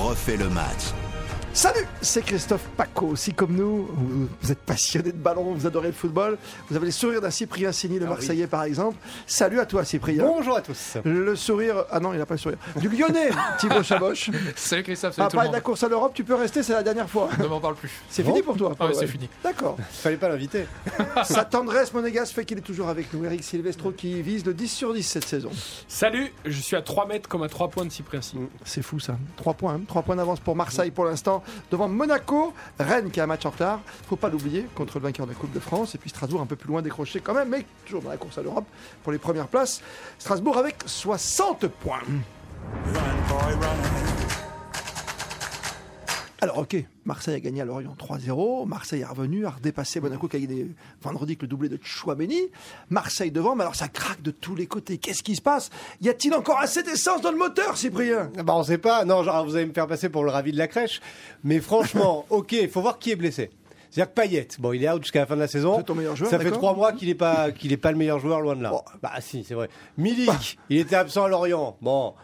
refait le match. Salut, c'est Christophe Paco. Si comme nous, vous, vous êtes passionné de ballon, vous adorez le football, vous avez le sourire d'un Cyprien Signy, Ah le Marseillais par exemple. Salut à toi Cyprien. Bonjour à tous. Le sourire, ah non, il n'a pas le sourire. Du Lyonnais, Thibaut Chaboche. Salut Christophe, salut À tout le parler de monde. la course à l'Europe, tu peux rester, c'est la dernière fois. Ne m'en parle plus. C'est fini pour toi. Ah ouais, ouais. c'est fini. D'accord. Fallait pas l'inviter. Sa tendresse monégasque fait qu'il est toujours avec nous. Eric Silvestro qui vise le 10 sur 10 cette saison. Salut, je suis à 3 mètres comme à 3 points de Cyprien Signy. C'est fou ça. 3 points, 3 points d'avance pour Marseille pour l'instant devant Monaco, Rennes qui a un match en retard, faut pas l'oublier contre le vainqueur de la Coupe de France et puis Strasbourg un peu plus loin décroché quand même mais toujours dans la course à l'Europe pour les premières places. Strasbourg avec 60 points. Alors ok, Marseille a gagné à Lorient 3-0, Marseille est revenu, a redépassé Monaco qui a gagné vendredi avec le doublé de Chouameni, Marseille devant, mais alors ça craque de tous les côtés, qu'est-ce qui se passe Y a-t-il encore assez d'essence dans le moteur Cyprien Bah on sait pas, non, genre vous allez me faire passer pour le ravi de la crèche, mais franchement, ok, il faut voir qui est blessé. C'est-à-dire que Payet, bon, il est out jusqu'à la fin de la saison. C'est ton meilleur joueur, ça fait d'accord. trois mois qu'il est pas, qu'il est pas le meilleur joueur loin de là. Bon. Bah si, c'est vrai. Milik, il était absent à Lorient. Bon,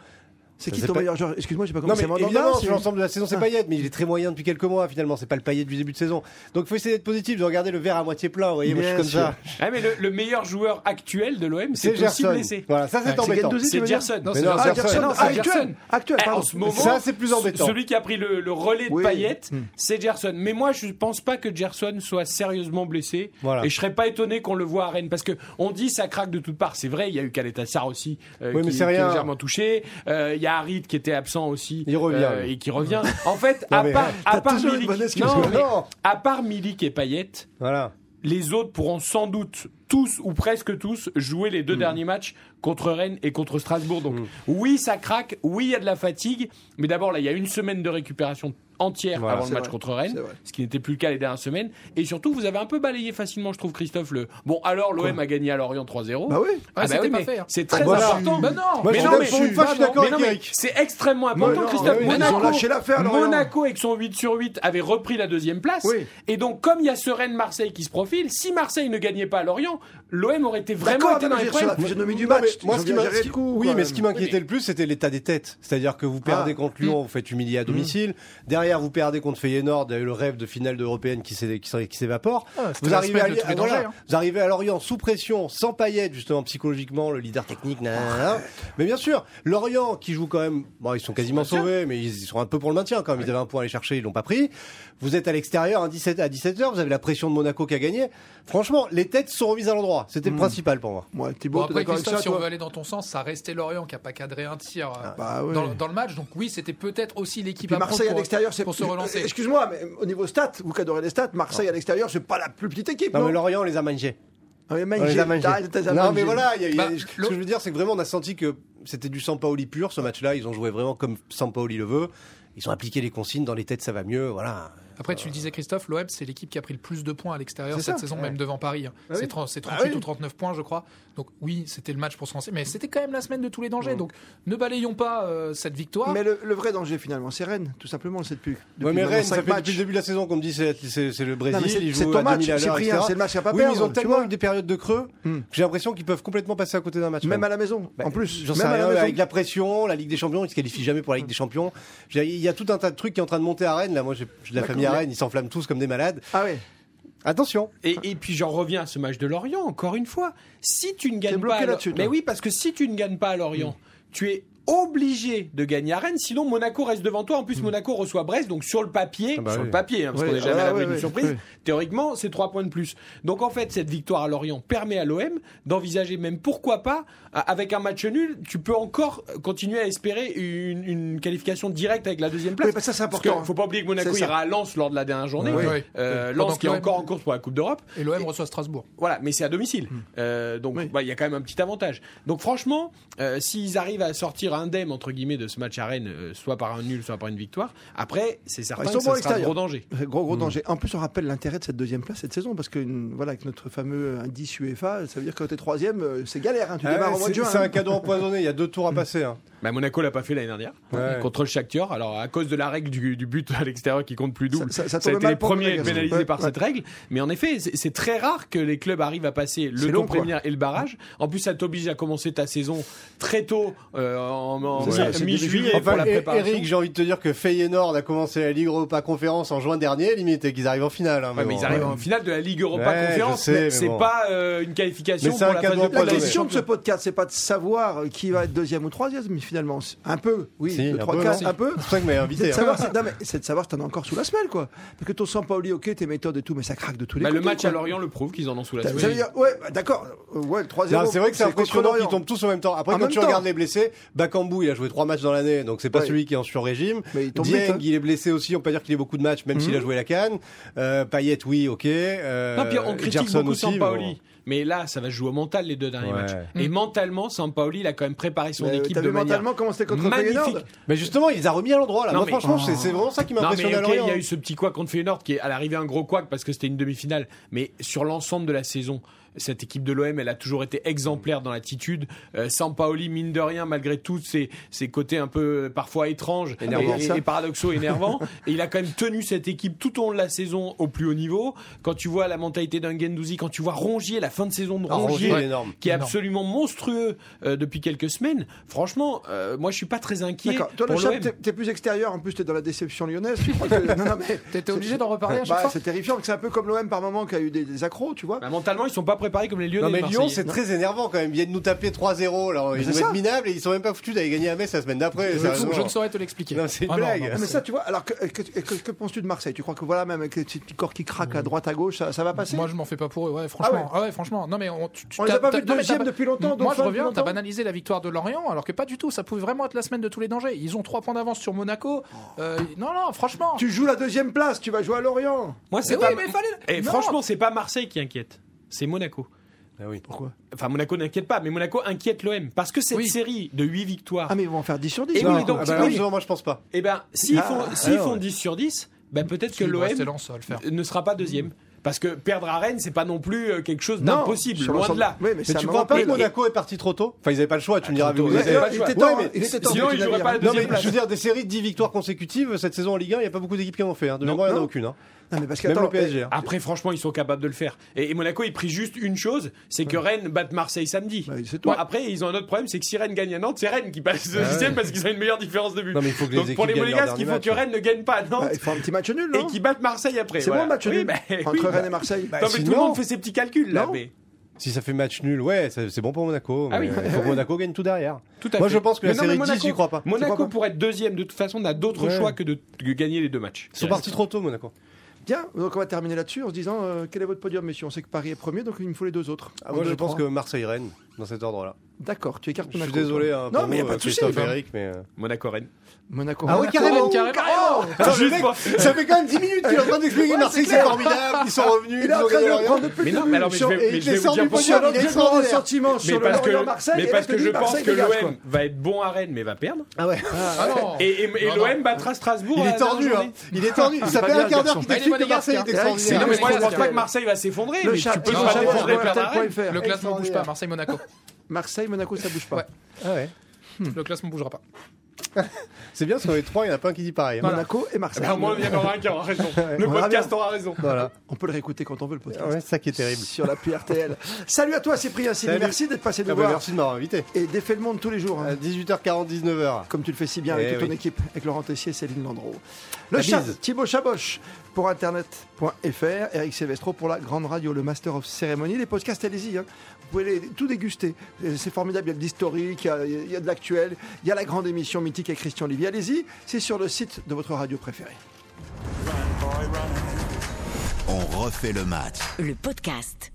C'est qui Je sais ton pas. meilleur joueur Excuse-moi, j'ai pas non commencé mais à évidemment, sur l'ensemble de la saison, c'est Payet, mais il est très moyen depuis quelques mois. Finalement, c'est pas le Payet du début de saison. Donc, faut essayer d'être positif, de regarder le verre à moitié plein. Vous voyez, moi, je suis Bien comme sûr. ça. Ah mais le, le meilleur joueur actuel de l'OM, C'est c'est aussi Gerson. blessé. Voilà, ça c'est Ouais, embêtant. Guendouzi, tu C'est veux dire Gerson. Non, Mais c'est non, Gerson. Ah, Gerson, Gerson, Non, ah, c'est actuel, Gerson. actuel, Eh, pardon. en ce moment, Ça, c'est plus embêtant. Celui qui a pris le, le relais de Oui. Payet, Mm. c'est Gerson. Mais moi, je pense pas que Gerson soit sérieusement blessé. Voilà. Et je serais pas étonné qu'on le voit à Rennes. Parce que on dit ça craque de toutes parts. C'est vrai, il y a eu Caleta-Sar aussi, euh, Oui, mais qui, c'est qui est rien. légèrement touché. Euh, Il y a Harit qui était absent aussi. euh, Il revient, lui. et qui revient. En fait, Non, à mais, part, à t'as part toujours une Milik- bonne excuse. non, mais Non. à part Milik et Payet, Voilà. les autres pourront sans doute tous ou presque tous jouer les deux Mm. derniers matchs contre Rennes et contre Strasbourg. Donc oui, ça craque, oui, il y a de la fatigue, mais d'abord là, il y a une semaine de récupération entière Voilà. avant le C'est match vrai. contre C'est Rennes, vrai. ce qui n'était plus le cas les dernières semaines. Et surtout, vous avez un peu balayé facilement, je trouve, Christophe, le... Bon, alors l'OM a gagné à Lorient 3-0. Bah oui. Ah, bah c'était oui, pas mais fait, hein. c'est très moi, je suis- important. Bah non, Moi, je mais suis non, d'accord- mais pour une fois, je suis bah non, d'accord mais avec non, mais Eric. C'est extrêmement important, non, Christophe. oui, ils ont Monaco, lâché l'affaire, Lorient. Monaco, avec son 8 sur 8, avait repris la deuxième place. Oui. Et donc, comme il y a ce Rennes-Marseille qui se profile, si Marseille ne gagnait pas à Lorient, l'OM aurait été vraiment D'accord, été mais dans je les veux dire, sur la problèmes. physionomie du Non, mais match. moi, ils ce ont qui bien m'a- géré le coup, oui, quand mais Ah. ce qui même. m'inquiétait le plus, c'était l'état des têtes. C'est-à-dire que vous perdez contre Lyon, vous faites humilier à domicile. Derrière, vous perdez contre Feyenoord, il y a eu le rêve de finale d'européenne qui s'é- qui s'é- qui s'évapore. vous, arrivez à, Li- ah, voilà. vous arrivez à Lorient sous pression, sans paillettes, justement, psychologiquement, le leader technique. nanana. Mais bien sûr, Lorient, qui joue quand même, bon, Ah. ils sont quasiment sauvés, mais ils sont un peu pour le maintien quand même. Ils avaient un point à aller chercher, ils l'ont pas pris. Vous êtes à l'extérieur à 17 à 17h, vous avez la pression de Monaco qui a gagné. Franchement, les têtes sont remises à l'endroit. C'était le principal pour moi. Moi, Bon, Thibaut, t'es après, d'accord avec Christophe, ça, si on veut toi aller dans ton sens, ça restait Lorient qui n'a pas cadré un tir euh, bah oui. dans, dans le match. Donc oui, c'était peut-être aussi l'équipe puis à prendre Marseille à pour- l'extérieur, c'est pour se relancer. Excuse-moi, mais au niveau stats, vous qui adorez les stats, Marseille à l'extérieur, c'est pas la plus petite équipe. Non, Non, mais Lorient, on les a mangés. Ah, mais On Mangé, les a mangés. t'arrêtes de t'as Non, mangé. mais voilà, il y a- il y a- Bah, ce l'eau- que je veux dire, c'est que vraiment, on a senti que c'était du Sampaoli pur ce match-là. Ils ont joué vraiment comme Sampaoli le veut. Ils ont appliqué les consignes dans les têtes, ça va mieux. Voilà. Après, tu le disais, Christophe, l'OM, c'est l'équipe qui a pris le plus de points à l'extérieur C'est cette ça, saison, ouais. même devant Paris. hein. Ah c'est oui. 30 c'est Ah 38 oui. ou 39 points, je crois. Donc oui, c'était le match pour se lancer. Mais c'était quand même la semaine de tous les dangers. Donc ne balayons pas euh, cette victoire. Mais le, le vrai danger finalement, c'est Rennes, tout simplement, c'est depuis. Ouais, mais depuis Rennes, ça fait 5 matchs. depuis le début de la saison qu'on me dit c'est c'est- c'est le Brésil. Non, mais c'est- ils c'est jouent ton à match, 2000 à l'heure, Cyprien, etc.. c'est le match à pas Oui, mais perdre, ils ont tu tellement vois. eu des périodes de creux Hmm. que j'ai l'impression qu'ils peuvent complètement passer à côté d'un match. Même à la maison, en plus. Bah, J'en même sais à la rien, maison. avec la pression, la Ligue des Champions, ils se qualifient jamais pour la Ligue des Champions. Je veux dire, Il y a tout un tas de trucs qui est en train de monter à Rennes. Là, moi, j'ai j'ai de la D'accord. famille à Rennes, ils s'enflamment tous Bah, comme des malades. Ah ouais. Attention. Et, et puis j'en reviens à ce match de Lorient, encore une fois. Si tu ne gagnes bloqué pas. à Lo- là-dessus, toi. Mm. Mais oui, parce que si tu ne gagnes pas à Lorient, tu es obligé de gagner à Rennes, sinon Monaco reste devant toi. En plus, Monaco reçoit Brest, donc sur le papier, Ah bah sur oui. le papier, hein, parce Mm. Oui, qu'on n'est jamais ah à l'abri oui, d'une oui, surprise, oui. théoriquement, c'est trois points de plus. Donc en fait, cette victoire à Lorient permet à l'OM d'envisager même pourquoi pas, à- avec un match nul, tu peux encore continuer à espérer une, une qualification directe avec la deuxième place. Oui, parce que ça, c'est Parce que important. faut pas oublier que C'est Monaco ça. ira à Lens lors de la dernière journée. Oui. Euh, Oui. Pendant Lens que qui est l'OM encore en course pour la Coupe d'Europe. Et l'OM reçoit Strasbourg. Voilà, mais c'est à domicile. Euh, donc bah, Hmm. Oui. il y a quand même un petit avantage. Donc franchement, euh, s'ils arrivent à sortir indemne entre guillemets de ce match à Rennes, euh, soit par un nul, soit par une victoire, après c'est Ah, certain Ils sont que bons à ça sera un l'extérieur. gros danger. Gros Mm. gros danger. En plus, on rappelle l'intérêt de cette deuxième place cette saison parce que une- voilà, avec notre fameux indice UEFA, ça veut dire que quand t'es troisième, euh, c'est galère. hein, Tu Ah démarres ouais, en mois de c'est- juin. c'est hein. un cadeau empoisonné. Il y a deux tours à passer. hein. Bah, Monaco l'a pas fait l'année dernière Ouais. contre le Shakhtar. Alors à cause de la règle du, du but à l'extérieur qui compte plus double, Ça- ça- ça a tombe été mal les pour premiers à être Monégasque. pénalisés Ouais, par ouais. cette règle. Mais en effet, c'est c'est très rare que les clubs arrivent à passer C'est le long, tour préliminaire et le barrage. En plus, ça t'oblige à commencer ta saison très tôt euh, en, en, en C'est ça, mi- c'est début mi-juillet pour la Enfin, E- préparation. Eric, j'ai envie de te dire que Feyenoord a commencé la Ligue Europa Conférence en juin dernier, limite, et qu'ils arrivent en finale. hein, Ouais, mais bon, ils arrivent ouais. en finale de la Ligue Europa Ouais, je Conférence. sais, mais mais c'est bon. pas euh, une qualification Mais c'est pour un la cadeau phase de pour La poule. Ouais, ouais. question de ce podcast, c'est pas de savoir qui va être deuxième ou troisième, mais finalement, c'est- un peu, oui, Si, deux, un trois, peu, quatre, si. un peu. C'est pour ça que vous m'avez C'est invité. de hein. savoir, si- non, mais c'est de savoir si t'en as encore sous la semelle, quoi. Parce que ton Sampaoli, ok, tes méthodes et tout, mais ça craque de tous les Bah, le côtés, match quoi. à Lorient le prouve qu'ils en ont sous la Ça semelle. veut dire- ouais, bah, d'accord, euh, ouais, le troisième. Non, c'est vrai que c'est impressionnant qu'ils tombent tous en même temps. Après, En quand même tu temps. regardes les blessés, Bakambu, il a joué trois matchs dans l'année, donc c'est pas Ouais. celui qui est en sur-régime. Mais il tombe vite, Dieng, hein. il est blessé aussi, on peut dire qu'il ait beaucoup de matchs, même s'il a joué la canne. Euh, Payet, oui, ok. Euh, Non, puis on critique Gerson beaucoup aussi, mais bon. Sampaoli. Mais là, ça va se jouer au mental les deux derniers Ouais. matchs. Et mentalement, Sampaoli, il a quand même préparé son Mais, euh, équipe T'as de vu manière mentalement comment c'était contre Feyenoord magnifique. Mais justement, il les a remis à l'endroit, là. Non, Moi, mais- franchement, c'est c'est vraiment ça qui Non, mais m'impressionne à ok, Lorient. hein. il y a eu ce petit couac contre Feyenoord qui est à l'arrivée un gros couac parce que c'était une demi-finale. Mais sur l'ensemble de la saison, cette équipe de l'OM, elle a toujours été exemplaire dans l'attitude. Euh, Sampaoli, mine de rien, malgré tous ses, ses côtés un peu euh, parfois étranges et, Énervant, et- ça. et paradoxaux, énervants, et il a quand même tenu cette équipe tout au long de la saison au plus haut niveau. Quand tu vois la mentalité d'un Guendouzi, quand tu vois Rongier, la fin de saison de Ah, Rongier, Rongier, il est énorme. qui est Énorme. absolument monstrueux euh, depuis quelques semaines, franchement, euh, moi je suis pas très inquiet. D'accord, toi le pour chat, l'OM. t'es- t'es plus extérieur, en plus t'es dans la déception lyonnaise. Tu crois que... non, non, mais. T'étais obligé d'en reparler à chaque Bah, fois c'est terrifiant, parce que c'est un peu comme l'OM par moment qui a eu des, des accros, tu vois. Bah, mentalement, ils sont pas préparés comme les Lyonnais. Non mais les Lyon Marseillais. c'est très énervant quand même, ils viennent nous taper 3-0 alors ils c'est nous ça. mettent minables et ils sont même pas foutus d'aller gagner à Metz la semaine d'après. Je, sérieusement. je ne saurais te l'expliquer. Non, c'est une Ah, blague. Ah, mais ça, tu vois, alors que, que, que- que penses-tu de Marseille Tu crois que voilà, même avec les petits corps qui craquent Mmh. à droite à gauche, ça, ça va passer Moi, je m'en fais pas pour eux. Ouais, franchement. Ah ouais, franchement. Non, mais on, tu, tu- On les a t'as- pas t'as- vus non, mais t'as deuxième depuis longtemps, Moi, je dauphin depuis reviens. T'as longtemps. banalisé la victoire de Lorient, alors que pas du tout. Ça pouvait vraiment être la semaine de tous les dangers. Ils ont trois points d'avance sur Monaco. Euh, non, non, franchement. Tu joues la deuxième place, tu vas jouer à Lorient. Moi, c'est Mais pas. oui, mais fallait- Et Non. franchement, c'est pas Marseille qui inquiète, c'est Monaco. Ah oui. Pourquoi Enfin, Monaco n'inquiète pas, mais Monaco inquiète l'OM parce que cette Oui. série de 8 victoires. Ah, mais ils vont en faire 10 sur 10. Et quoi. oui, donc, Ah bah, oui. absolument, moi je pense pas. Et ben, s'ils Ah, font, ah, s'ils ouais. font 10 sur 10, ben peut-être que Il doit l'OM rester lance à le faire. ne sera pas deuxième. Parce que perdre à Rennes, c'est pas non plus euh, quelque chose Non, d'impossible, sur loin de l'ensemble- là. Oui, mais, Mais ça tu me crois pas rappelle- que Monaco est parti trop tôt Enfin ils avaient pas le choix, tu me diras. trop mais tôt, vous Ouais, ils avez- avaient pas le il choix. était temps, Ouais, mais il était temps. Sinon, tu ils l'as joueraient dit pas la avant. Non deuxième mais place. je veux dire des séries de 10 victoires consécutives euh, cette saison en Ligue 1, il y a pas beaucoup d'équipes qui en ont fait hein. De Non. mémoire, il y en a Non. aucune hein. Non, mais parce que Même le attends, PSG. hein. Après, franchement, ils sont capables de le faire. Et, et Monaco, il prie juste une chose, c'est que Rennes batte Marseille samedi. Bah, c'est Bon, toi. après, ils ont un autre problème, c'est que si Rennes gagne à Nantes, c'est Rennes qui passe deuxième parce qu'ils ont une meilleure différence de but. Non, mais il faut que les Donc pour équipes les gagnent leur Monégasques, il faut dernier que match. Rennes ne gagne pas à Nantes Bah, il faut un petit match nul, et non qu'ils battent Marseille après. C'est bon voilà. le match Oui, nul bah, oui. Bah, entre Rennes et Marseille. Bah, Non, mais tout le Sinon- monde fait ses petits calculs là. Non. Mais... Si ça fait match nul, ouais, ça- c'est bon pour Monaco. Ah mais oui. Il faut que Monaco gagne tout derrière. Tout à Moi fait. je pense que la Mais non, mais série de 10, Monaco- j'y crois pas. Tu Monaco crois pas pour être deuxième de toute façon n'a d'autre Ouais. choix que de de gagner les deux matchs. Ils sont partis trop tôt Monaco. Bien, donc on va terminer là-dessus en se disant euh, quel est votre podium, messieurs. On sait que Paris est premier, donc il me faut les deux autres. Ah, moi Un, je deux, pense que trois. Marseille-Rennes dans cet ordre-là. D'accord, tu écartes Je suis Monaco. désolé toi. hein, Non, pour mais il n'y a vous, pas euh, de souci. Christophe, Eric, mais euh, Monaco Rennes. Monaco. Ah ouais, carrément, Carrément. carrément. Putain, le mec, Ça fait quand même 10 minutes qu'il est en train d'expliquer que Marseille, c'est formidable, ils sont revenus, Il ils est en ont train de gagné le rien. prendre depuis Mais le non, début. mais alors, mais je Sur- vais, et mais il je vais vous descend dire du pourquoi. podium. Sur il est l'engagement extraordinaire. ressentiment Mais sur le parce que, Lorient-Marseille, mais et parce là, tu que je dis pense Marseille que dégage, l'OM va être bon à Rennes mais va perdre. Ah ouais. Ah non. Et, et- et Non, l'OM non. battra Strasbourg. Il à la est tordu, dernière hein. journée. Il est tordu. Ça va fait bien, un quart d'heure le garçon. qu'il t'explique Il est que Marseille est monégasque, hein. Non, extraordinaire. mais moi je Strasbourg. pense pas que Marseille va s'effondrer. quoi. mais chat- tu peux le pas chat- t'effondrer le par la chat- Rennes. point fr. Le classement bouge pas. Extraordinaire. Marseille, Monaco. Marseille, Monaco, ça bouge Ouais. pas. Ah ouais. Le classement bougera pas. C'est bien, parce qu'on est trois, il n'y en a pas un qui dit pareil. hein. Monaco et Ah Marseille. bah, Au moins il y en aura un qui aura raison. Le On verra podcast aura raison. Voilà. On peut le réécouter quand on veut le podcast. Ouais, c'est ça qui est terrible. Sur l'appli RTL. Salut à toi, Cyprien Sini. Salut. Merci d'être passé Ah nous bah, voir. merci de m'avoir invité. Et défait le monde tous les jours. hein. À 18h40, 19h. Comme tu le fais si bien Eh avec toute ton oui. équipe, avec Laurent Tessier et Céline Landreau. Le La chat, bise. Thibaut Chaboche pour internet.fr, Eric Silvestro pour la grande radio, le Master of Cérémonie. Les podcasts, allez-y, hein. vous pouvez les- tout déguster. Euh, C'est formidable, il y a de l'historique, il y a- il y a de l'actuel, il y a la grande émission mythique avec Christian Olivier. Allez-y, c'est sur le site de votre radio préférée. On refait le match. le podcast.